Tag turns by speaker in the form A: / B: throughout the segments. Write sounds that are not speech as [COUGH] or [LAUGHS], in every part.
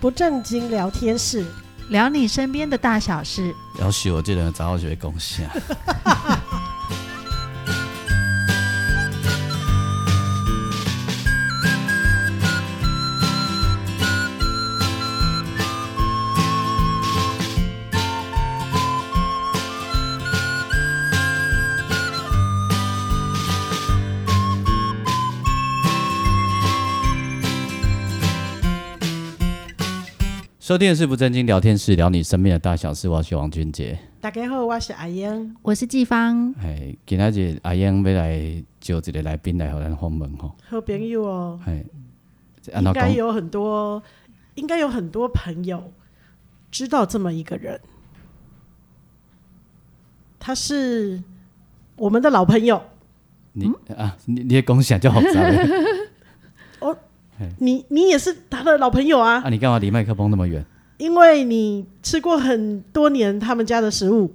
A: 不正经聊天室，
B: 聊你身边的大小事。
C: 要许我这人早就会贡献。收听的是不正经聊天室，聊你身边的大小事。我是王俊杰。
A: 大家好，我是阿英。
B: 我是季芳，
C: 哎，今仔日阿英要来招一个来宾来互咱访问吼。
A: 好朋友哦，
C: 哎，这安
A: 应
C: 怎
A: 该
C: 讲？
A: 有很多，应该有很多朋友知道这么一个人，他是我们的老朋友。
C: 你啊，你你的贡献就好杂
A: [LAUGHS]
C: 了。
A: 你你也是他的老朋友啊，
C: 啊，你干嘛离麦克风那么远？
A: 因为你吃过很多年他们家的食物。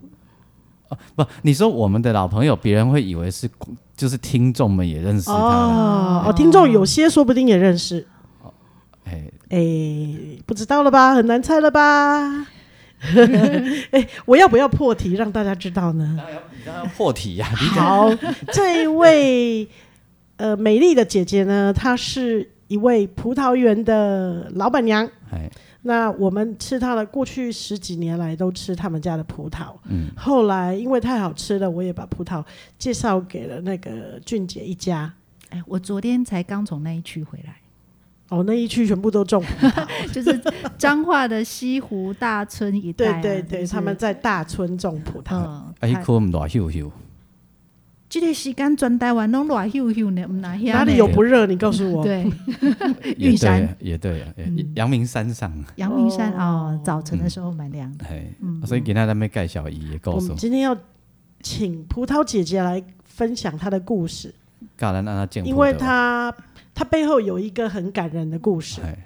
C: 不，你说我们的老朋友，别人会以为是就是听众们也认识他
A: 哦，
C: 啦。
A: 哦听众有些说不定也认识，
C: 哎，
A: 哎、不知道了吧？很难猜了吧？ [LAUGHS] 哎、我要不要破题让大家知道呢？
C: 你刚刚破题啊呀、
A: 好，这一位呃美丽的姐姐呢，她是一位葡萄园的老板娘。
C: 哎，
A: 那我们吃她的，过去十几年来都吃他们家的葡萄。嗯，后来因为太好吃了，我也把葡萄介绍给了那个俊姐一家。
B: 哎，我昨天才刚从那一区回 [LAUGHS] 来，
A: 哦，那一区全部都种葡萄。
B: 就是彰化的西湖大村一带、
A: 对
B: 啊。
A: 对对，
B: 就是
A: 他们在大村种葡萄。
B: 嗯，
C: 啊，伊
B: 他
C: 可毋大羞羞，
B: 这个时间全台湾拢热咻咻呢，唔拿
A: 哪里有不热？你告诉我。
B: [LAUGHS] 对，玉
C: 也对
B: 山
C: 啊，也对啊，也
A: 嗯
C: 阳明山上啊，
B: 阳明山
A: 哦
B: 哦，早晨的时候蛮凉的。
C: 哎，
A: 嗯
C: 所以今仔咱要介绍伊的
A: 我
C: 故事
A: 们，今天要请葡萄姐姐来分享她的故事，
C: 教咱安那种
A: 因为她她背后有一个很感人的故事，
C: 哎，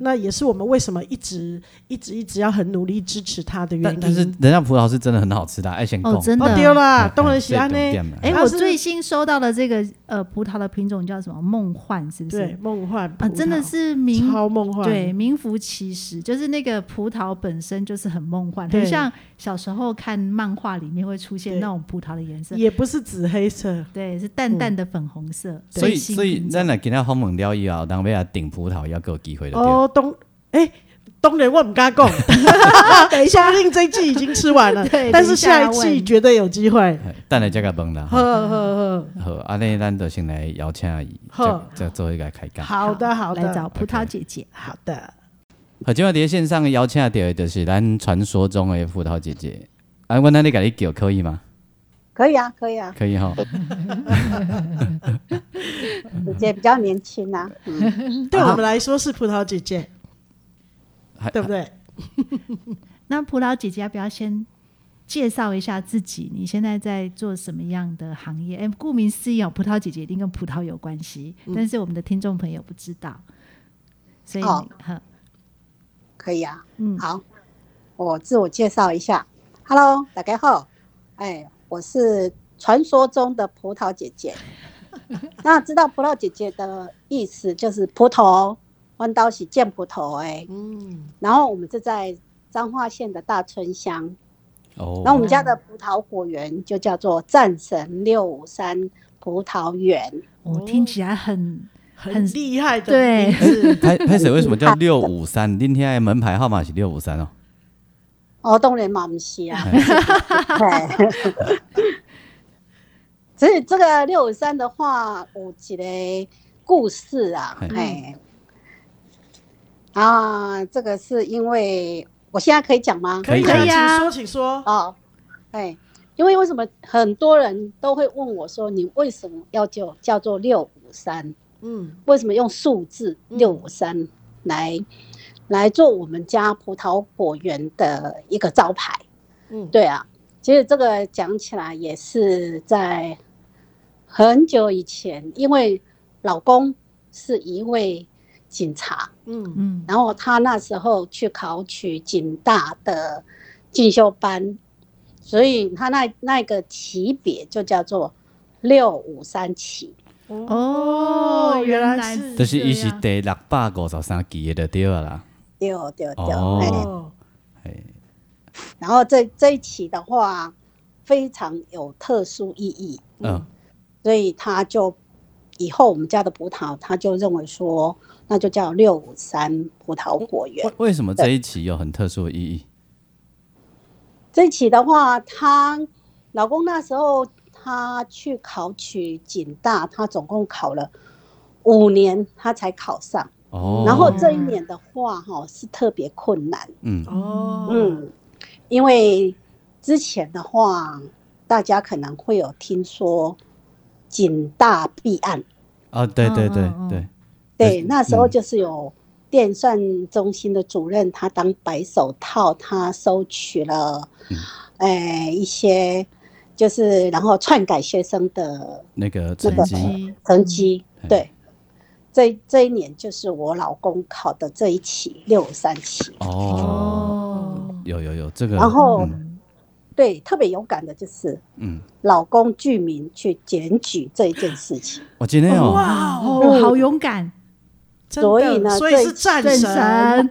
A: 那也是我们为什么一直一直一直要很努力支持她的原
C: 但但是哎
A: 因。
C: 人家葡萄是真的很好吃的啊，爱先讲
B: 哦，真
A: 哦，
B: 的。
A: 丢啦，东啊人喜
C: 安
A: 安呢？
B: 哎，
A: 它
B: 我
A: 是
B: 最新收到的这个呃葡萄的品种叫什么？梦幻是不是？
A: 对，梦幻葡
B: 啊，
A: 萄
B: 真的是名
A: 超梦幻。
B: 对，名副其实，就是那个葡萄本身就是很梦幻，
A: 对
B: 很像小时候看漫画里面会出现
A: 对
B: 那种葡萄的颜色。
A: 也不是紫黑色，
B: 对，是淡淡的粉红
A: 嗯
B: 色。
C: 所以
B: 最新
C: 所以
B: 品种
C: 咱来今仔访问了以后，人要来顶葡萄要给我机会的对。
A: 哦，东哎，东人我唔敢
C: [LAUGHS]
A: 讲，等一下，说不定这一季已经吃完了，
B: [LAUGHS] 对
A: 但是
B: 等一下
A: 下一
B: 要
A: 季
B: 问
A: 绝对有机会。
C: 哎等下再甲问啦，
A: 呵呵
C: 好，安尼咱就先来邀请伊，
A: 好
C: 再再做一个开
A: 呵，
C: 讲。
A: 好的好
B: 来
A: 的
B: 找葡萄姐姐。
A: 好的，
C: 好，今晚伫线上邀请到的就是咱传说中的葡萄姐姐，啊，我那你甲你叫可以吗？
D: 可以啊，可以啊，
C: 可以哈。
D: 姐姐比较年轻啊，嗯，
A: 对我们来说是葡萄姐姐，
C: 还
A: 对不对？
B: 那葡萄姐姐要不要先介绍一下自己？你现在在做什么样的行业？哎，顾名思义哦，葡萄姐姐一定跟葡萄有关系，但是我们的听众朋友不知道，所以你、
D: 哦
B: 呵
D: 可以啊，
B: 嗯
D: 好，我自我介绍一下，Hello，大家好，哎，我是传说中的葡萄姐姐。那知道葡萄姐姐的意思就是葡萄，弯刀喜见葡萄哎、
A: 嗯，
D: 然后我们是在彰化县的大村乡，
C: 哦
D: 那我们家的葡萄果园就叫做战神六五三葡萄园。
B: 我、
A: 哦
B: 听起来很
A: 很
B: 很
A: 厉害的
B: 对
A: 名字，
C: 拍拍水为什么叫六五三？今天的门牌号码是六五三哦。
D: 哦，当然嘛，不是啊。
C: 哎
D: [LAUGHS] 嘿所以这个六五三的话，有一个故事啊
C: 嘿，
D: 哎，啊，这个是因为我现在可以讲吗？
C: 可以
A: 可
C: 可
A: 以
B: 以
A: 啊，
B: 啊
A: 请说，请说。
D: 哦，哎，因为为什么很多人都会问我说，你为什么要叫叫做六五三？
A: 嗯
D: 为什么用数字
A: 嗯
D: 六五三来来做我们家葡萄果园的一个招牌？
A: 嗯，
D: 对啊，其实这个讲起来也是在很久以前，因为老公是一位警察，
A: 嗯
B: 嗯
D: 然后他那时候去考取警大的进修班，所以他那那个级别就叫做六五三级。
B: 哦
A: 原
B: 原
A: 来
B: 来
A: 是
C: 就是伊是
B: 这样
C: 第六百五十三期的就对了啦。
D: 对对对，
C: 哦
D: 哎、
A: 哦，
C: 哎，
D: 然后这这一期的话非常有特殊意义，
C: 嗯，
D: 所以他就以后我们家的葡萄，他就认为说那就叫六五三葡萄果园
C: 为。为什么这一期有很特殊的意义？
D: 这一期的话，她老公那时候他去考取警大，他总共考了五年，他才考上。
C: 哦，
D: 然后这一年的话，哈、是特别困难，
C: 嗯，
A: 哦，
D: 嗯，因为之前的话，大家可能会有听说警大弊案，
C: 啊，对对对
B: 嗯嗯嗯
C: 对，
D: 对，
C: 嗯
D: 那时候就是有电算中心的主任，他当白手套，他收取了，
C: 嗯
D: 呃，一些就是然后篡改学生的
C: 那个成
B: 成
C: 绩，
B: 绩
D: 成绩。
C: 嗯
D: 对，这这一年就是我老公考的这一期六三期，
C: 哦，
B: 哦，
C: 有有有这个，
D: 然后
C: 嗯
D: 对，特别有感的就是
C: 嗯，
D: 老公居民去检举这一件事情。
C: 我今天哦，
A: 哇哦，
B: 哦，好勇敢，
A: 真的
D: 所以呢
A: 所以是
D: 最
A: 战
B: 战
A: 神，
B: 神，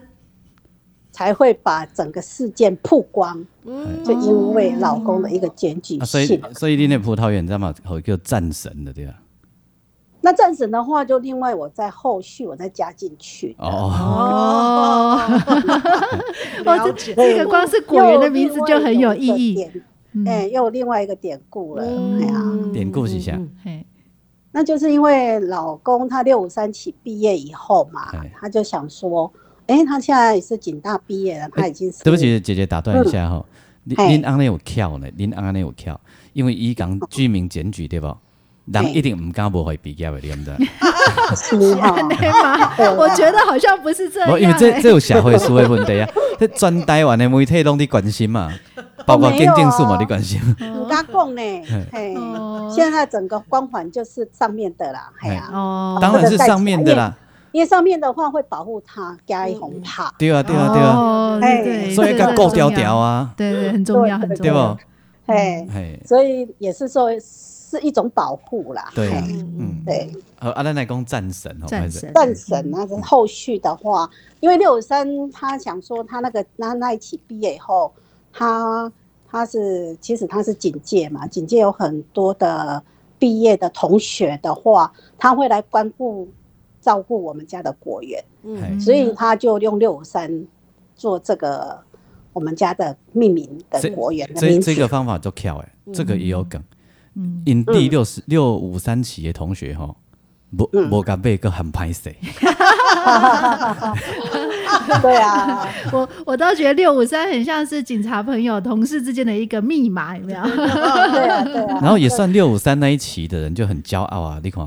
D: 才会把整个事件曝光，
A: 嗯
D: 就因为老公的一个检举
C: 哦啊所以
D: 信。
C: 所以你那葡萄园在嘛，好叫战神的对吧？
D: 那战神的话，就另外我在后续我再加进去的。
C: 哦，
B: 哦，哦，
A: 了
B: 这
A: 解
B: 这个光是果园的名字就很有意
D: 又
B: 义
D: 有另外
B: 嗯
D: 一个典。哎、又有另外一个典故了。哎呀、
C: [LAUGHS] 典故是
B: 嗯
C: 啥
B: 嘿
D: 那就是因为老公他六五三期毕业以后嘛
C: 哎，
D: 他就想说，哎、他现在也是警大毕业了，
B: 哎
D: 他已经是、
C: 对不，起，姐姐打断一下哈，您
D: 嗯嘿
C: 您安尼有巧呢，您安尼有巧，因为伊讲居民检举对不？
D: 嘿
C: 人一定唔敢无会毕业的，你知唔知？
D: 是
B: [LAUGHS]
D: 哈，
B: 对吗？我觉得好像不是这样
C: 无，
B: 欸，
C: 因为这这有社会事的问题啊， [LAUGHS] 这全台湾的媒体拢在关心嘛，
B: 哦
C: 包括电竞数
B: 啊
C: 嘛在关心。
D: 唔敢讲呢，嘿、
B: 哦
D: 现在整个光环就是上面的啦，哎呀、
B: 哦，
C: 当然是上面的啦，
D: 因为上面的话会保护他，加一
B: 嗯
D: 红怕。
C: 对啊，对啊，对啊，
B: 哦
D: 哎
B: 对，
C: 所以
B: 这个
C: 讲
B: 很
C: 够
B: 重
C: 调
B: 要
C: 调，啊，
B: 对对，很重要，
D: 对
B: 很
D: 对
B: 重
C: 对
B: 要。
C: 不？
B: 嗯
D: 嘿，
C: 嘿，
D: 所以也是说是一种保护啦。
C: 对啊
D: 嘿，
C: 嗯，
D: 对，
C: 好，啊，咱来讲战神哦，
B: 战神，
D: 战神那是后续的话，因为六三他想说他那个那那一期毕业以后，他他是其实他是警戒嘛，警戒有很多的毕业的同学的话，他会来关顾照顾我们家的果园，
C: 嘿
B: 嗯
D: 所以他就用六三做这个我们家的命名的果园的
C: 这
D: 名
C: 这
D: 字。
C: 个方法就巧诶，这个也有梗。
B: 嗯，
C: 因第六十六五三期的同学吼，无
D: 嗯
C: 无甲买个很
B: [LAUGHS]
C: 歹势，
D: 对
C: [LAUGHS]
D: 啊，
B: 我我倒觉得六五三很像是警察朋友、同事之间的一个密码，有没有？
D: 对啊，对啊。
C: 然后也算六五三那一期的人就很骄傲啊，你看，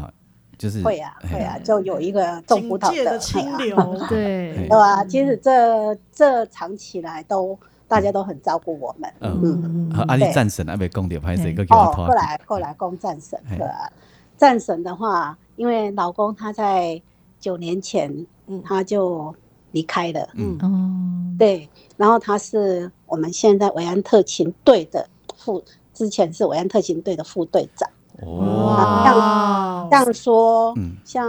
C: 就是
D: 会啊，
C: 嘿
D: 会啊，就有一个种葡
A: 警
D: 萄
A: 戒
D: 的
A: 的清
D: 哎呀
A: 流，
B: 对
D: 对，啊，其实这这长期来都大家都很照顾我们，
C: 嗯
D: 嗯，
A: 嗯
C: 好啊，你
D: 对
C: 战神啊，袂讲着歹势，
B: 嘿
C: 个叫
D: 哦
C: 我，拖
D: 过来过来攻战神
C: 嘿，
D: 对啊，战神的话，因为老公他在九年前
A: 嗯
D: 他就离开了，
A: 嗯
B: 哦，
D: 对，然后他是我们现在维安特勤队的副，之前是维安特勤队的副队长，
C: 哦，
D: 这样说
C: 嗯，
D: 像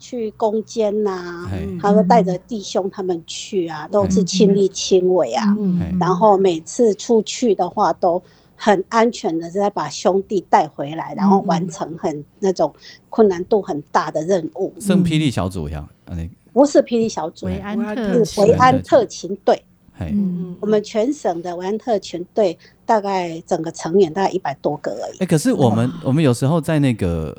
D: 去攻坚呐，
A: 哎
C: 嘿
D: 他会带着弟兄他们去啊，都是亲力亲为啊，
C: 嘿
B: 嗯，
D: 然后每次出去的话都很安全的，再把兄弟带回来，然后
B: 嗯
D: 完成很那种困难度很大的任务。
C: 圣霹雳小组呀，安尼，
D: 不是霹雳小组，
B: 维安特
D: 是
B: 勤
D: 维，安特勤队。
C: 嘿，
B: 嗯，
D: 我们全省的维安特勤队大概整个成员大概一百多个而已。
C: 哎，可是我们我们有时候在那个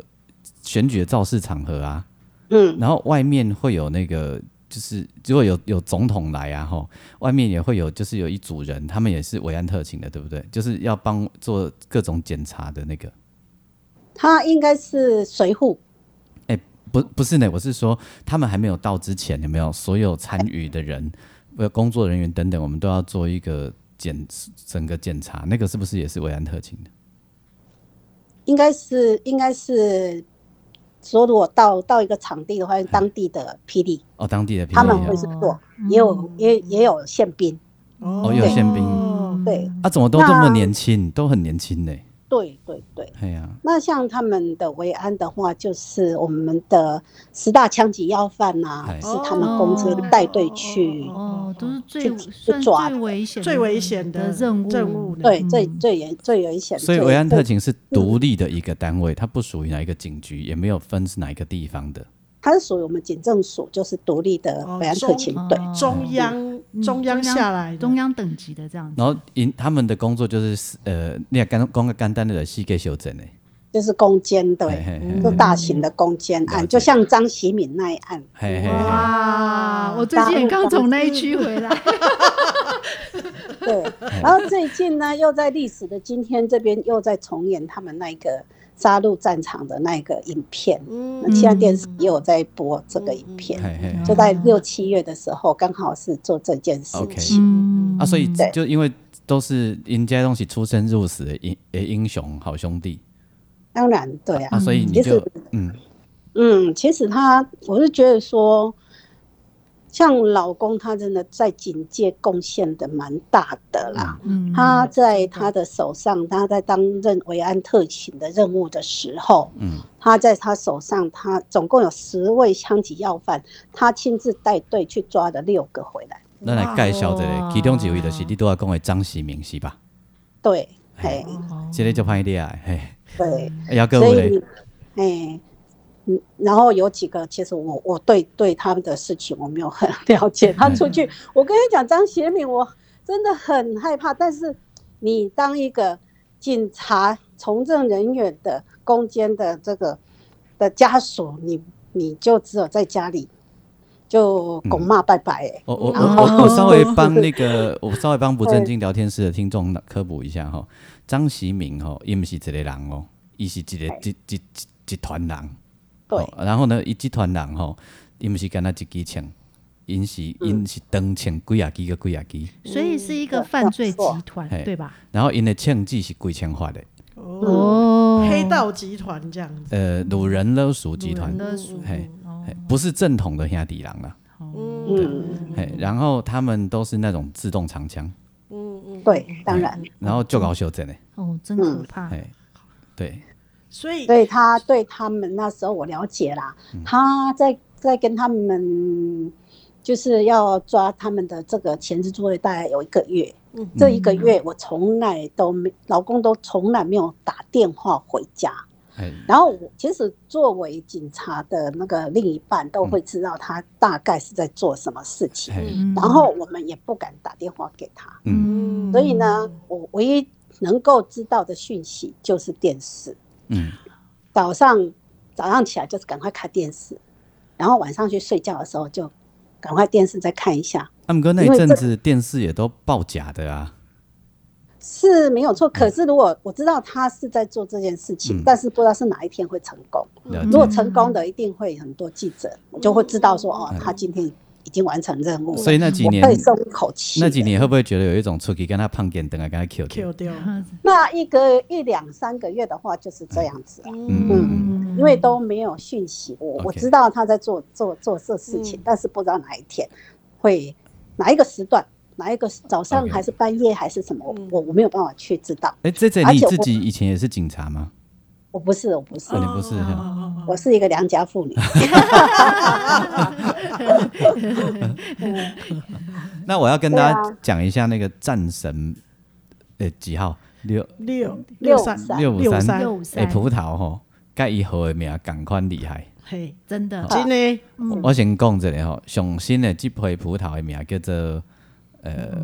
C: 选举的造势场合啊，
D: 嗯，
C: 然后外面会有那个，就是如果有有总统来啊，吼，外面也会有，就是有一组人，他们也是维安特勤的，对不对？就是要帮做各种检查的那个。
D: 他应该是随护。
C: 哎、不不是呢，我是说他们还没有到之前，有没有所有参与的人、呃工作人员等等，我们都要做一个检整个检查，那个是不是也是维安特勤的？
D: 应该是应该是，说如果到到一个场地的话，当地的霹雳
C: 哦，当地的平
D: 他们
C: 民
D: 会
C: 啊
D: 是做，也有也
B: 嗯
D: 也有宪兵，
A: 哦
C: 哦有宪兵
D: 对
B: 嗯
C: 啊，怎么都这么年轻，都很年轻呢？
D: 对对对。
C: 哎呀、
D: 那像他们的维安的话，就是我们的十大枪击要犯呐、
C: 哎
D: 是他们公司带队去，
B: 哦，都是最
D: 去
B: 算
D: 嗯抓
B: 最危险、
A: 最危险
B: 的
A: 的
B: 任务
A: 任务呢
D: 对，
B: 嗯
D: 最最严最危险。
C: 所以
D: 最
C: 维安特
D: 对
C: 勤是独立的一个单位，它不属于哪一个警局，也没有分是哪一个地方的。
D: 它是属于我们警政署，就是独立的
A: 哦
D: 维安特勤队。
B: 哦
A: 中央
B: 嗯
A: 中央下来的
B: 中央等级的这样子。
D: 哦
C: 然后因他们的工作就是呃，你也干光个简单的细给修整诶，
D: 就是攻坚
C: 嘿嘿
D: 对，
C: 嘿
B: 嗯
D: 就大型的攻坚
C: 了
D: 案，
C: 解
D: 就像张喜敏那一案，
C: 嘿嘿嘿，
B: 哇！我最
D: 大
B: 近也
D: 陆
B: 刚
D: 公
B: 从
D: 司
B: 那一区回
D: [LAUGHS]
B: 来， [LAUGHS]
D: 对。然后最近呢，又在历史的今天这边又在重演他们那个杀戮战场的那个影片，那
A: 嗯
D: 现在电视也有在播这
B: 嗯
D: 个影片，
C: 嘿嘿。
D: 就在
B: 哦
D: 六七月的时候，刚好是做这件事
C: OK
D: 情。
B: 嗯
C: 啊，所以
D: 对
C: 就因为都是人家东西出生入死的英诶英雄好兄弟
D: 当然，对啊
C: 啊，，所以你
D: 其
C: 就
D: 实
C: 嗯
D: 嗯，其实他，我是觉得说，像老公他真的在警界贡献的蛮大的啦。
B: 嗯
D: 他在他的手上，他在担任维安特勤的任务的时候，
C: 嗯
D: 他在他手上，他总共有十位枪击要犯，他亲自带队去抓了六个回来。
C: 咱嗯来介绍
B: 哇
C: 一下，其中一位就是你都要讲的张喜明是吧？
D: 对，哎，
B: 哦
C: 这个就拍你啊，嘿，
D: 对，
C: 啊还有
D: 所
C: 有
D: 以
C: 嘞，
D: 你，哎。嗯，然后有几个，其实我我对对他们的事情我没有很 [LAUGHS] 了解。他出去，我跟你讲，张学敏，我真的很害怕。但是你当一个警察从政人员的攻坚的这个的家属，你你就只有在家里就拱骂拜拜、欸。
C: 我我我
B: 嗯
C: 我我
B: 哦
C: 稍微帮那个，我稍微帮不正经聊天室的听众科普一下哈，张喜明吼，伊毋是一个人哦，伊是一个一一一一团人，
D: 对
C: 哦，然后呢，伊集团人吼，伊毋是干那一支枪，因是因是长枪几啊支个几啊支，
B: 所以是一个
D: 嗯
B: 犯罪
D: 没错
B: 集团，
C: 嘿
B: 对吧？
C: 然后因的枪支是几千发的，
D: 嗯
A: 哦，
B: 哦
A: 黑道集团这样子，
C: 呃，鲁人勒属集团，
B: 勒索
C: 嘿，
B: 哦
C: 嘿不是正统的兄弟人啦，
D: 嗯
C: 嘿，然后他们都是那种自动长枪，
D: 对，当然，
C: 然后就搞修正的，
B: 哦，真
D: 嗯
B: 可怕。
C: 嘿，对，
A: 所以
D: 所以他对他们那时候我了解啦，他在在跟他们就是要抓他们的这个前置作业，大概有一个月。
A: 嗯
D: 这一个月我从来都没，老公都从来没有打电话回家。
C: 嘿，
D: 然后我其实作为警察的那个另一半都会知道他大概是在做什么事情，
C: 嘿，
B: 嗯
D: 然后我们也不敢打电话给他。
C: 嗯
B: 嗯
D: 所以呢，我唯一能够知道的讯息就是电视。
C: 嗯，
D: 早上早上起来就是赶快看电视，然后晚上去睡觉的时候就赶快电视再看一下，
C: 啊，毋过那一阵子电视也都报假的啊，
D: 是没有错。可是如果我知道他是在做这件事情，
C: 嗯
D: 但是不知道是哪一天会成功。
C: 了
D: 如
C: 解，
D: 果成功的，一定会很多记者，我就会知道说哦，他今天已经完成任务了，
C: 嗯所以那几年
D: 我可以松一口气。
C: 那几。年会不会觉得有一种出去跟他胖点灯啊，跟他 Q
A: Q
C: Q，
A: 掉，
B: 嗯
D: 那一个一两三个月的话就是这样子啊，
C: 嗯嗯
D: 因为都没有讯息，我
C: OK
D: 我知道他在做做做这事情，但是不知道哪一天会哪一个时段，哪一个早上
C: OK
D: 还是半夜还是什么，我我我没有办法去知道。
C: 哎，这这
D: 而
C: 你
D: 且我
C: 自己以前也是警察吗？
D: 我不是，我不是
C: 啊，，你不是
D: 嗯
C: 哈？
D: 我是一个良
C: [LAUGHS]
D: 家妇女。
C: 那我要跟大
D: 对啊
C: 家讲一下那个战神，呃、几号六
A: 六
D: 六
A: 三
D: 三
C: 六五
A: 六
C: 三
A: 三，
B: 六五
C: 诶、
B: 三，
C: 葡萄吼，甲伊号的名赶快厉害。
A: 嘿，
B: 真的
A: 真的
D: 嗯
C: 我先讲一下吼，上新的这批葡萄的名叫做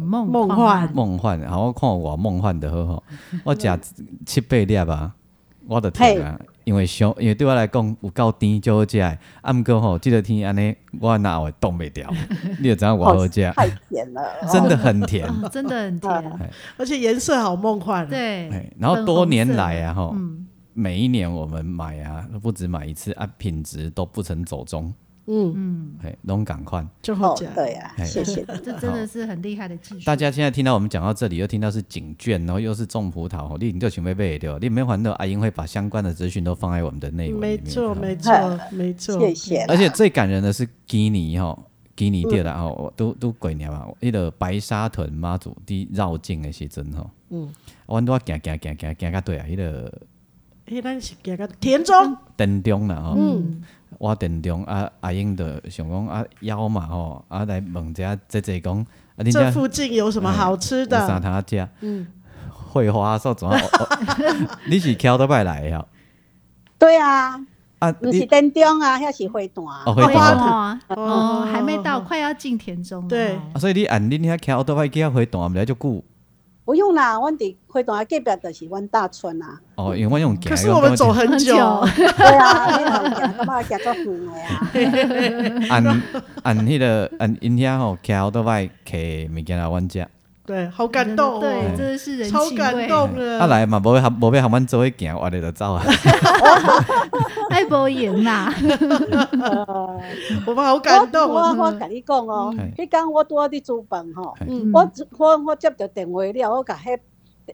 B: 梦
A: 梦
B: 幻
A: 幻
C: 梦幻，好，我看我梦幻的好吼，我食七八粒啊，我就停啊，因为想，因为对我来讲有够甜就好食的，啊毋过吼，即、个天安尼我哪会冻袂掉，你就知影我好食，
D: 太甜了，
C: 真的很甜。
B: 啊，真的很甜，
A: 而且颜色好梦幻，，啊
B: 对。
C: 哎，然后多年来啊，吼、
B: 嗯
C: 每一年我们买啊，不止买一次啊，品质都不曾走中，
A: 嗯，
B: 嗯，
C: 哎，拢赶快。
A: 就好
D: 哦
A: 讲，，
D: 对呀、
C: 哎
D: 谢谢。
B: 这真的是很厉害的技术。
C: 大家现在听到我们讲到这里，又听到是景卷，然后又是种葡萄，吼，你你就准备背掉，你没还到，阿英会把相关的资讯都放在我们的内文里
A: 没
C: 面。
A: 错，
C: 好
A: 没错，没错，
D: 谢谢啦
C: 而且最感人的是哦嗯基尼吼，基尼对啦吼，我都都几年嘛，迄个白沙屯妈祖伫绕境的时阵吼，
A: 嗯，
C: 阮拄啊行行行行行到对啊，迄个
A: 迄咱是行到田中，
C: 田中啦吼，我田中啊阿英的想讲啊枵嘛吼，啊来问一下姐姐讲，啊
A: 这
C: 恁遮
A: 附近有
C: 嗯
A: 什么好吃
C: 有啥
A: 的？
C: 通食？嗯，会花煞怎啊？哦 [LAUGHS] 你是桥倒摆来的哦
D: 对啊，
C: 啊，
D: 不是
C: 你
D: 灯中啊，遐是花坛。
C: 哦会
B: 会
C: 花
A: 坛
B: 哦，
A: 哦
B: 哦，还没到，快要进田中了。
A: 对
B: 哦
C: 啊，所以你按恁遐桥倒摆去遐回档，毋知就久
D: 不用啦，阮伫花坛隔壁就是阮大村啊。 [LAUGHS]
C: 哦，因为我用行。
A: 嗯可是我们走很久，
D: 对啊，你老行，干嘛行到远的啊？
C: 按
A: 啊
C: 按迄个按因遐吼桥倒摆摕物件来
A: [LAUGHS]
C: 阮食。
A: 对，好感动
B: 对，
C: 哎
A: 哦，
B: 真的是人
A: 超
B: 情
A: 感
B: 味。
A: 动了。
C: 啊来嘛，无要合无要含阮做伙行，我哋就
A: [LAUGHS]
C: 走啊。
B: 爱博言呐，
D: 呃
A: 我们好感动
D: 我
A: 哦。
D: 我我甲你讲哦
C: 嗯，
D: 迄天我拄好伫煮饭吼，
C: 嘿
A: 嗯，
D: 我我我接到电话了，我甲迄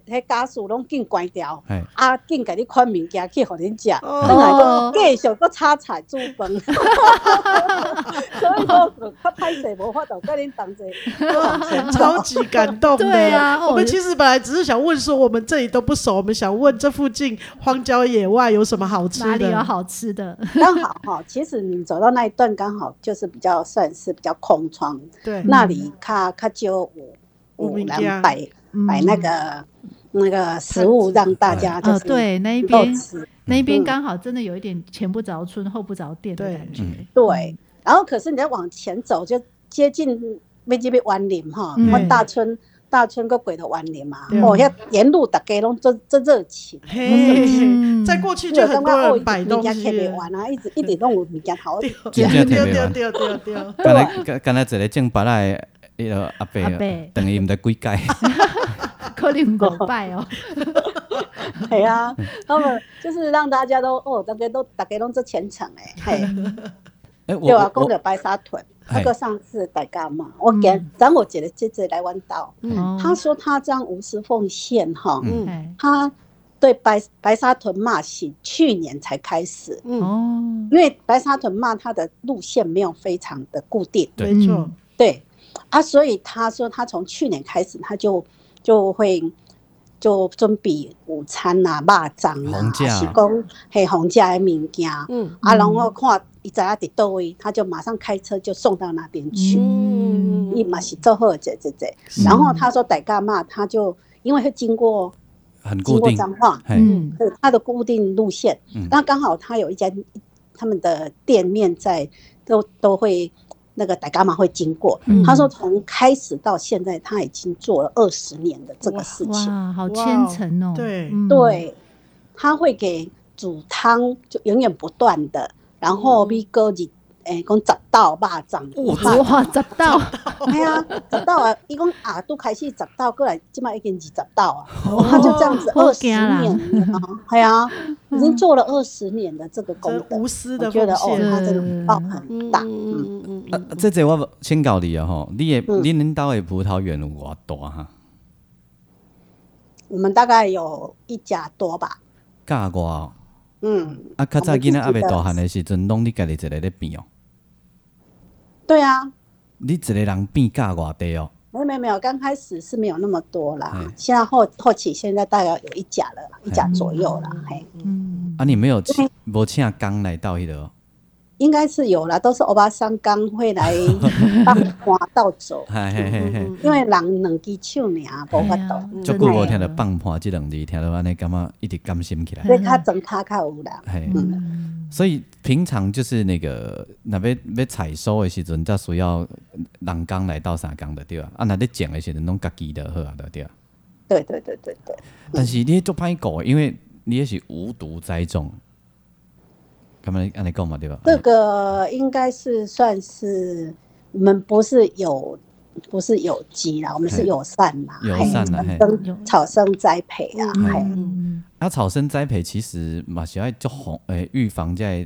D: 迄家属拢紧关掉，
C: 嘿
D: 啊紧甲你款物件去互恁食，
A: 哦
D: 等下讲继续搁炒菜煮
A: [LAUGHS]
D: 饭，所以我就较歹势，无法度甲恁同齐。
A: 超级感动的。
B: [LAUGHS] 对啊哦
A: 我们其实本来只是想问说，我们这里都不熟，我们想问这附近荒郊野外有什么好吃
B: 哪里有
A: 的？
B: 好吃的？
D: 刚好
A: [LAUGHS]
D: 哈，其实你走到那一段刚好就是比较算是比较空窗，
A: 对，
D: 那里较较少有
A: 嗯有物
D: 有
A: 件
D: 人摆
B: 嗯
D: 摆那个那个食物让大家就
B: 哦，
D: 是
B: 对，那一
D: 能够
B: 边
D: 吃。
B: 那一边
D: 嗯
B: 刚好真的有一点前不着村后不着店的
A: 对
B: 感觉
C: 嗯。
D: 对，然后可是你再往前走，就接近要这边湾林哈
B: 嗯，
D: 我大村大村个鬼的湾林嘛
A: 对，
D: 哦，遐沿路大家拢真真热情。
A: 嘿，
D: 嗯
A: 在过去就很多人摆东
D: 人家
A: 西
D: 特。完啊，一直一直弄有物件头
A: 对，
C: 真
A: 对
C: 正特别
A: 对
C: 玩
A: 对对对，
C: 刚才刚刚才一个正白来迄个阿伯
B: 阿伯，
C: 等于毋知几
D: [LAUGHS]
C: 届。
B: 可能五拜哦，
A: [LAUGHS]
D: 对啊，他们就是让大家都哦，大家都大家都这虔诚哎，
A: [LAUGHS]
D: 嘿，
C: 诶，
D: 对啊
C: 我，
D: 讲
C: 我
D: 着白沙屯，
C: 嘿
D: 那个上次大家嘛，我给
B: 嗯
D: 咱我姐的姐姐来弯道，
A: 嗯
B: 哦
D: 她说她这样无私奉献哈，
A: 嗯
B: 哎
D: 她对白白沙屯骂醒去年才开始，
A: 嗯，
B: 哦，
D: 因为白沙屯骂她的路线没有非常的固定，
C: 对
A: 没错，
D: 对啊，所以他说他从去年开始，他就就会就准备午餐呐、啊、肉
C: 红
D: 粽啊，
C: 架
D: 是讲嘿红架的物件。
A: 嗯
D: 啊，然后看伊知影伫倒位，他就马上开车就送到那边去。
A: 嗯
D: 伊嘛是做好这这这，
C: 是
D: 然后他说逮干嘛，他就因为会经过
C: 很
D: 经
C: 固
D: 过
C: 定，
D: 彰化，
C: 嘿，
B: 嗯
D: 对他的固定路线
C: 嗯。
D: 那刚好他有一家他们的店面在，都都会那个傣伽马会经过。
B: 嗯
D: 他说从开始到现在，他已经做了二十年的这个事情。
B: 哇，好虔诚哦，
A: 对
B: 嗯，
D: 对，他会给煮汤，就永远不断的，然
B: 嗯
D: 后米哥日。诶，讲十道肉粽，
B: 哇，十道，
D: [LAUGHS] 哎呀，十道
B: [LAUGHS]
D: 啊！伊讲啊，都开始十道，过来，即摆已经二十道啊，他就这样子
B: 哦好
D: 二十
B: 惊啦
D: 年了啊，哎
B: [LAUGHS]
D: 呀，已经做了二十年的这个功
A: 这
D: 德，
A: 无私
D: 我
A: 的
D: 觉
A: 奉
D: 得哦，
A: 献，
D: 他真的报很
A: 嗯
D: 大。嗯，
A: 嗯嗯
C: 啊，这这我先教你啊吼，你的
D: 嗯
C: 恁恁兜的葡萄园有偌大哈？
D: 我们大概有一家多吧。
C: 教我哦，
D: 嗯，
C: 啊，较早
D: 我们自己
C: 囡仔还未
D: 的
C: 大汉的时阵，拢你家己一个咧变哦，
D: 对啊，
C: 你一个人变教偌地哦，
D: 没有没有没有，刚开始是没有那么多啦
C: 嗯，
D: 现在后后期现在大概有一家了，
A: 嗯
D: 一家左右了，嘿，
B: [LAUGHS] 嗯
C: 啊，你没有请无请工来到迄个哦，
D: 应该是有啦，都是欧巴桑刚会来帮花倒走，
C: 嘿嘿嘿嘿。
D: 嗯因为人两只手呢，无法度。
B: 度
C: 足久无听到放盘即两字，听到安尼感觉一直甘心起来。
D: 所以较整卡较有啦。
C: 嘿，
B: 嗯
C: 所以平常就是那个，若要要采收的时阵，才需要人工来到三工的对啊。啊，若咧种的时阵，拢家己的好啊，就对啊。
D: 对对对对对，
C: 但是你足歹顾的，因为你迄是无毒栽种，咁安尼安尼讲嘛对吧？
D: 这个应该是算是我们不是有不是有机啦，我们是友善啦，
C: 嗯友
D: 嘿
C: 善啦嘿
B: 有
D: 生草生栽培啊，
A: 嗯
D: 嘿
B: 嗯
C: 啊，草生栽培其实嘛是要足防诶预防这些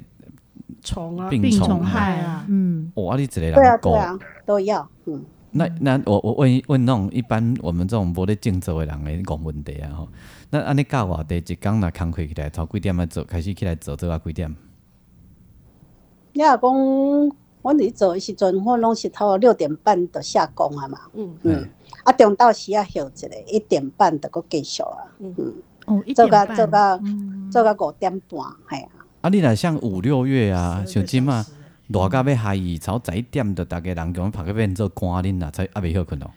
A: 虫啊，
C: 病
B: 病虫
C: 虫
B: 害
C: 害。
B: 啊，嗯
C: 哇，哦你一个
D: 对啊
C: 人
D: 对
C: 顾。
D: 啊，都要，嗯，
C: 那那我我问问那种一般我们这种无咧种植的人的讲问题啊吼，那安尼教外地一工若工课起来，头几点啊做，开始起来做做啊几点？
D: 你若讲阮伫做的时阵，我拢是头六点半就下工啊嘛，
A: 嗯
D: 嗯，啊中昼时啊休一下，一点半就搁继续啊，
A: 嗯
D: 嗯，
B: 哦，一
D: 做
B: 点
D: 到
B: 半
D: 做到
B: 嗯
D: 做到五点半，嘿啊，
C: 啊，你若像五六月啊，像即嘛
A: 12个小时欸，
C: 热到要下雨，朝十一点就逐个人共拍个变做干恁啦，才啊袂休困哦。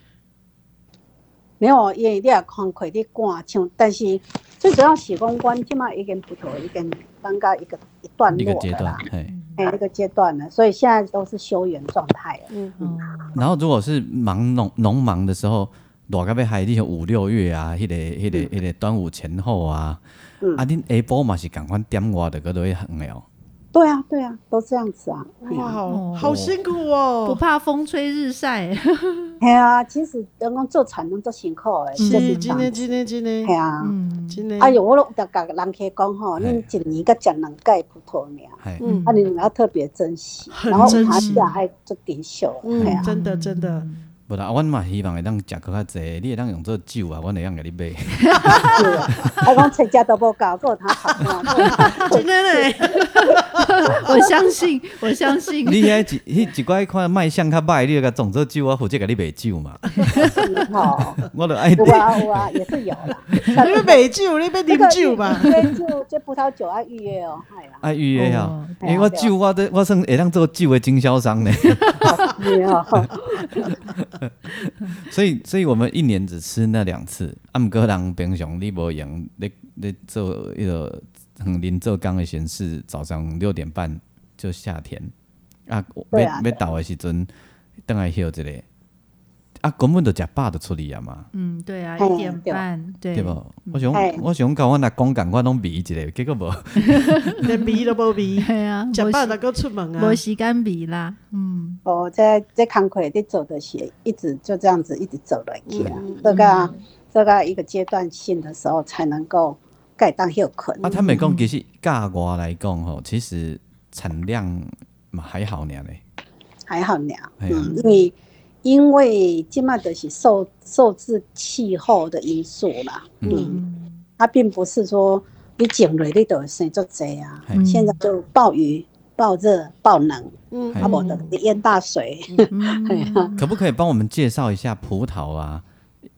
D: 没有，因为你也看开你赶像，但是最主要是讲，阮即马已经不头已经等到一个一段
C: 一个
D: 落
C: 阶
D: 了
C: 段
D: 啦，，
C: 嘿。
D: 哎，一个阶段了，所以现在都是休园状态啊了。
A: 嗯
B: 哦，
C: 然后如果是忙农农忙的时候，热到要下雨，像五六月啊，迄、个、迄、个、迄、个端午前后啊，
D: 嗯
C: 啊，恁下晡嘛是共款点外的，搁落去行了哦。
D: 对啊，对啊，都这样子啊。哎呀
A: 哇，
B: 哦
A: 好辛苦
B: 不
A: 哦，
B: 怕风吹日晒，
D: 嘿啊，其实人工做产能都辛苦诶，
A: 是
D: 这是
A: 今天
D: 真的。
A: 今天今天
D: 嘿啊，
B: 嗯，
A: 今天，
D: 哎呦，我都甲人客讲吼，
C: 嘿
D: 恁一年才食两届葡萄尔，
C: 嘿，
A: 嗯
D: 啊，你们要特别珍惜，
A: 很
D: 然后
A: 珍
D: 爬
A: 惜
D: 下还做珍惜啊，
A: 嗯
D: 嘿啊，
A: 真的真
D: [LAUGHS]
A: 的，
C: 无啦，啊阮嘛希望会当食搁较济，你会当用做酒啊，阮会当甲你买。
D: 是啊，啊，讲菜价都无够，够他好看。
A: 今天嘞，
B: [LAUGHS] 我相信，我相信，
C: 你遐一迄一寡看卖相较歹，你就甲种做酒，啊我负责甲你卖酒嘛。
D: 哦，
C: 我著
D: [LAUGHS]
C: 爱
D: 有啊有啊，也是有啦。
A: 你们美酒，你们
D: 这
A: 啉
D: 个
A: 酒吧，
D: 预约就这葡萄酒要预约哦，哎呀，
C: [LAUGHS] 爱预约啊
B: 哦，
C: 因为我酒我都我算会当做酒的经销商呢。
D: 预约哦，
C: 所以，所以我们一年只吃那两次。啊，毋过人平常你无用，你你做迄个很临做工的闲事，早上六点半就下田啊，要
D: 对啊
C: 要倒的时阵，等来休一下。啊，根本就食饱就出去啊嘛，
B: 嗯，对啊，
D: 哎
B: 一点半，对
C: 对无？我想
D: 哎
C: 我想甲阮若讲共我拢迷一下，结果无。
A: 连米都无
D: [LAUGHS]
A: 米，
B: 对啊，
A: 食
B: 没
A: 饱
B: 时
A: 能够出门啊
B: 没，时间比啦，嗯，
D: 哦，这这工课你做的是一直就这样子一直走落去啊
A: 嗯，
D: 这个这个一个阶段性的时候才能够盖当休困。
C: 啊，他们讲其实价外来讲吼，其实产量嘛还好呢嘞。
D: 还好呢，
C: 哎呀
D: 嗯，因为因为即嘛就是受受制气候的因素啦，嗯，
B: 嗯，
D: 它并不是说你种落你就会生足济啊，
C: 嘿
B: 嗯
D: 现在就暴雨、暴热、暴冷，
A: 嗯
C: 嘿
D: 啊，无就淹大水，
B: 嗯
C: 可不可以帮我们介绍一下葡萄啊？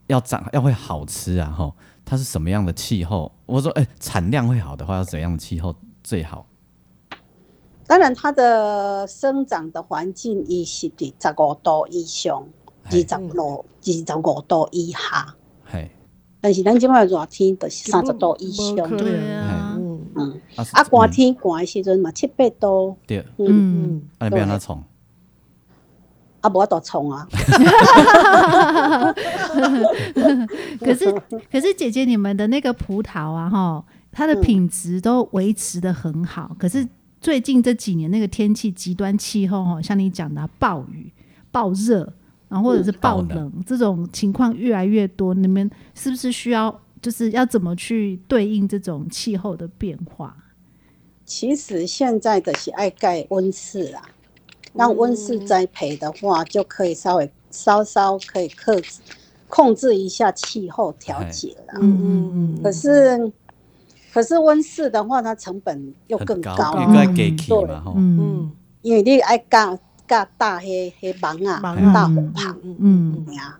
C: 要长要会好吃啊？吼，它是什么样的气候？我说，哎、产量会好的话，要怎样的气候最好？
D: 当然，它的生长的环境伊是伫十五度以上，
A: 哎
D: 二
C: 嘿
D: 十六、二十五度以下。
C: 嘿，
D: 但是咱即摆热天就是三十度以上
A: 不，嗯不可能
B: 对啊，
A: 嗯
D: 嗯，
C: 啊
D: 啊，
C: 嗯
D: 寒、天寒的时阵嘛七八度，
C: 对，
D: 嗯，
B: 嗯，
A: 嗯，
C: 啊，你要让它冲，
D: 啊无法度冲啊，
B: 可
D: [LAUGHS]
B: 是可是姐姐，你们的那个葡萄啊，哈，它
D: 嗯
B: 的品质都维持的很好。可是最近这几年那个天气极端气候，哈，像你讲的啊、暴雨、暴热，然后或者是暴
C: 暴
B: 冷、这种情况越来越多，你们是不是需要就是要怎么去对应这种气候的变化？
D: 其实现在的是爱盖温室啦，让温室栽培的话，就可以稍微稍稍可以克制控制一下气候调
A: 哎
D: 节啦。
A: 嗯嗯
D: 可是，可是温室的话，它成本又更高
C: 高，
D: 啊
C: 因为爱给气嘛，
D: 对
C: 吼、
B: 嗯
A: 嗯
D: 因为你爱架架大黑黑房啊，
A: 蠓
C: 啊
D: 大红房
A: 嗯
B: 嗯
D: 呀，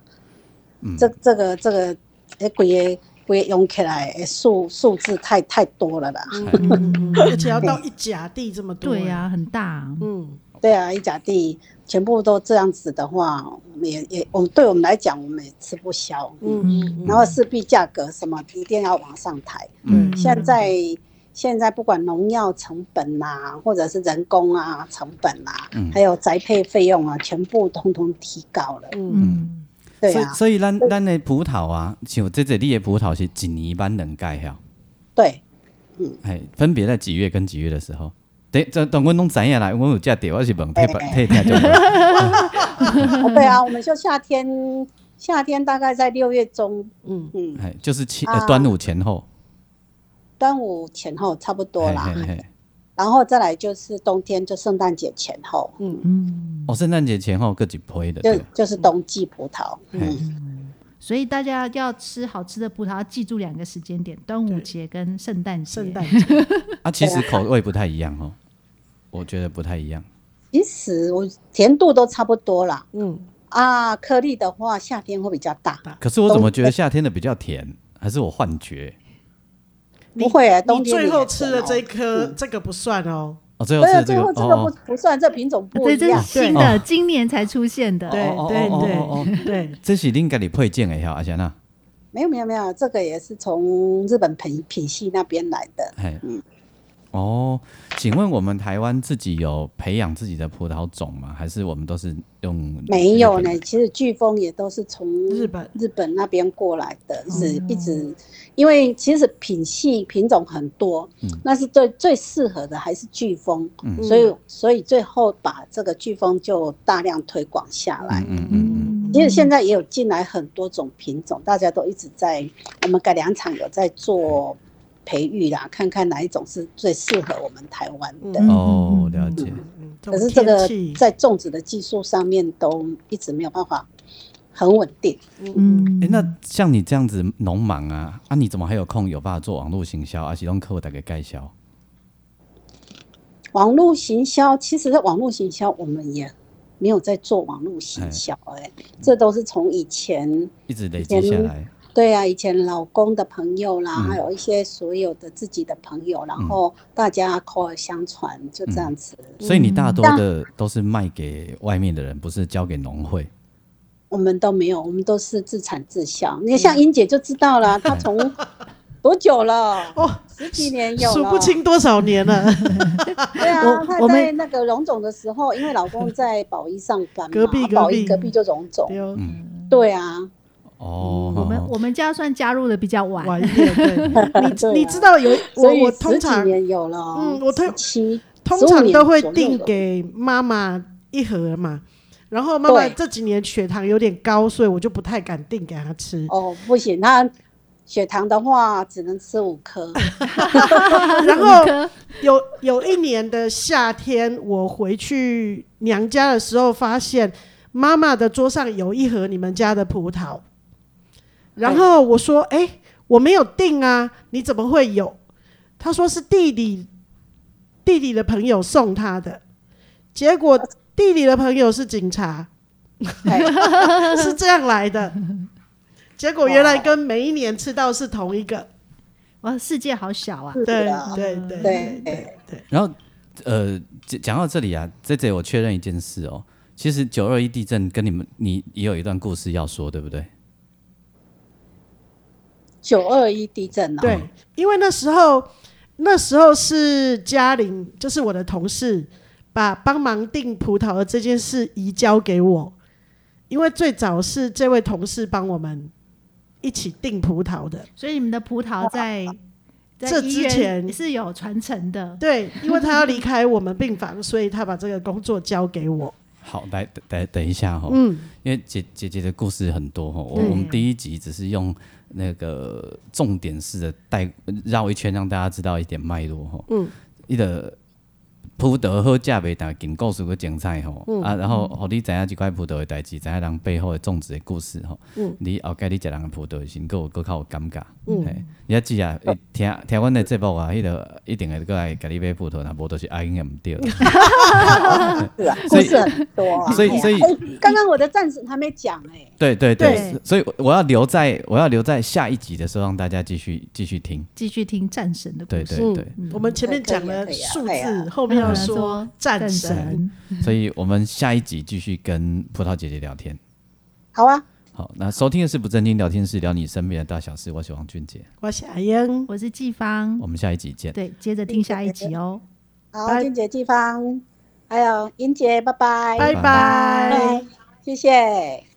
C: 嗯
D: 这这个这个，哎，规个规个用起来的数数字太太多了啦。
A: 嗯嗯，而且要到一甲地这么多，
B: 对呀、，很大啊、
A: 嗯
D: 对啊，一甲地全部都这样子的话，我们也也我们对我们来讲，我们也吃不消。嗯，
A: 嗯
D: 然后势必价格什么一定要往上抬。
C: 嗯
A: 嗯，
D: 现在现在不管农药成本呐、或者是人工啊成本呐、
C: 嗯
D: 还有宅配费用啊，全部通通提高了。
A: 嗯
B: 嗯，
D: 对
C: 所以
D: 啊，
C: 所以咱咱的葡萄啊，像这这里的葡萄是一年班能盖哈，
D: 对，
C: 哎，分别在几月跟几月的时候？等这等阮拢知影啦，阮有食着，我是问退
D: 哎
C: 退听啊就好。
D: 哦
C: [LAUGHS]
D: 对啊，我们就夏天夏天大概在六月中，
A: 嗯
D: 嗯，
C: 哎，就是七呃端午前后，
D: 端午前后差不多啦
C: 嘿。嘿嘿
D: 然后再来就是冬天，就圣诞节前后，
A: 嗯
B: 嗯，
C: 哦，圣诞节前后各一批的，
D: 就
C: 对，
D: 就是冬季葡萄。
C: 嘿
D: 嗯，
B: 所以大家要吃好吃的葡萄，要记住两个时间点：端午节跟圣诞节。
A: 圣诞节
C: 啊，其实口味不太一样哦，我觉得不太一样。
D: 其实我甜度都差不多啦。
A: 嗯，
D: 啊，颗粒的话，夏天会比较大，
C: 可是我怎么觉得夏天的比较甜？还是我幻觉？
A: 你
D: 不会啊冬
A: 你
D: 天
A: 最
D: 也
A: 后
D: 很
A: 吃
D: 甜
A: 的
D: 哦
A: 这一颗，这个不算哦。
C: 哦，最后
D: 没有
C: 吃
D: 最
C: 这个
D: 后
C: 哦
D: 这个不
C: 哦
D: 不算，这品种不
B: 啊对，
D: 一
B: 这是
D: 样。
B: 新的，今年才出现的。
A: 对
C: 哦
A: 对
C: 哦
A: 对
C: 哦哦哦
A: 对，
C: 这是应该你配件的哈，阿啊霞娜，
D: 没有没有没有，这个也是从日本品品系那边来的。
C: 嘿
D: 嗯，
C: 哦，请问我们台湾自己有培养自己的葡萄种吗？还是我们都是用
D: 没有
C: 日本
D: 呢，其实飓风也都是从
A: 日本
D: 日本那边过来的，是
B: 哦
D: 一直，因为其实品系品种很多
C: 嗯，
D: 那是最最适合的还是飓风，
C: 嗯
D: 所以所以最后把这个飓风就大量推广下来。
C: 嗯嗯嗯嗯，
D: 其实现在也有进来很多种品种，大家都一直在我们改良场有在做培育啦，看看哪一种是最适合我们台湾的。
A: 嗯
C: 哦，了解，
A: 嗯
D: 可是这个
A: 种天气
D: 在种植的技术上面都一直没有办法很稳定。
A: 嗯
B: 嗯
C: 哎、那像你这样子农忙啊，啊，你怎么还有空有办法做网络行销，而且让客户大概介绍？
D: 网络行销，其实在网络行销我们也没有在做网络行销，哎，这都是从以前
C: 一直累积下来，
D: 对啊，以前老公的朋友啦，
C: 嗯
D: 还有一些所有的自己的朋友，然后大家口耳相传，就这样子。
C: 所以你大
B: 嗯
C: 多的都是卖给外面的人，不是交给农会。
D: 我们都没有，我们都是自产自销。
A: 嗯
D: 你看像英姐就知道
A: [LAUGHS]
D: 啦，她从多久了？
A: 哦，
D: 十几年有了，
A: 数不。清多少年了，
D: 对啊，
B: 我
D: 她
B: 我
A: [LAUGHS]
B: 们
D: 在那个荣总的时候，因为老公在宝一上班嘛，
A: 隔壁
D: 宝
A: 隔壁
D: 一隔壁就荣总。
A: 对哦
D: 对啊，
C: 哦，
B: 我们我们家算加入的比较晚，
A: 晚一点。对，
D: 对啊
A: 你你知道有
D: 所
A: 我
D: 以
A: 我
D: 十
A: 通
D: 几
A: 常
D: 年有了，
A: 嗯我推
D: 七，
A: 通
D: 15
A: 常
D: 年
A: 都会
D: 左右
A: 订
D: 了
A: 给妈妈一盒嘛。然后妈妈
D: 对
A: 这几年血糖有点高，所以我就不太敢订给她吃。
D: 哦， [LAUGHS] 不行，她血糖的话只能吃五
A: [LAUGHS]
D: 颗。
A: [LAUGHS] 然后有有一年的夏天，我回去娘家的时候，发现妈妈的桌上有一盒你们家的葡萄，然后我说：“哎、我没有订啊，你怎么会有？”他说是弟弟弟弟的朋友送他的，结果弟弟的朋友是警察，
D: 哎
A: [LAUGHS] 是这样来的。结果原来跟每一年吃到是同一个，
B: 哇，世界好小啊！
D: 是
A: 对
D: 的嗯
A: 对对对对对。
C: 然后呃，讲讲到这里啊，这这我确认一件事哦，其实九二一地震跟你们你也有一段故事要说，对不对？
D: 九二一地震哦，
A: 对，因为那时候那时候是嘉玲，就是我的同事，把帮忙订葡萄的这件事移交给我，因为最早是这位同事帮我们一起订葡萄的。
B: 所以你们的葡萄在在
A: 这
B: 医
A: 之
B: 院
A: 前
B: 是有传承的。
A: 对，因为他要离开我们病
D: [LAUGHS]
A: 房，所以他把这个工作交给我。
C: 好，来等等等一下哈、哦，
A: 嗯，
C: 因为姐姐姐的故事很多哈、哦，我
B: 对
C: 我们第一集只是用那个重点式的带绕一圈，让大家知道一点脉络哈、哦。嗯，一个葡萄好价袂大，仅故事个精彩吼、啊，然后互你知影一块葡萄的代志，知影人背后的种植的故事吼、你后盖你食人的葡萄的时候，够够较有感觉。嗯，你要记啊，会听听阮的节目啊，迄个一定会过来甲你买葡萄，若无就是阿英也毋对。
D: 是啊，
C: 所
D: 故
C: 以
D: 事很多啊。
C: 所以
D: 哎呀
C: 所以
D: 哎刚刚我的战神还没讲哎，
C: 对对对，
B: 对
C: 所以我我要留在我要留在下一集的时候，让大家继续继续听。
B: 继续听战神的故
C: 对
B: 事。
C: 对
A: 嗯
C: 对，
A: 我们前面讲了
D: 可以啊
A: 数
D: 可以啊
A: 字，后面要
B: 嗯
A: 说战神。
B: 神，
D: 嗯
C: 所以我们下一集继续跟葡萄姐姐聊天。
D: 好啊，
C: 好，那收听的是不正经聊天室，聊你身边的大小事。我是王俊杰，
A: 我哎是阿英，
B: 我是季芳
C: 我，们下一集见。
B: 对，接着听下一集哦。
D: 好，啊
A: 拜
D: 金姐地方，还有英姐，拜拜，
A: 拜
C: 拜
A: 拜。
D: 拜，谢谢。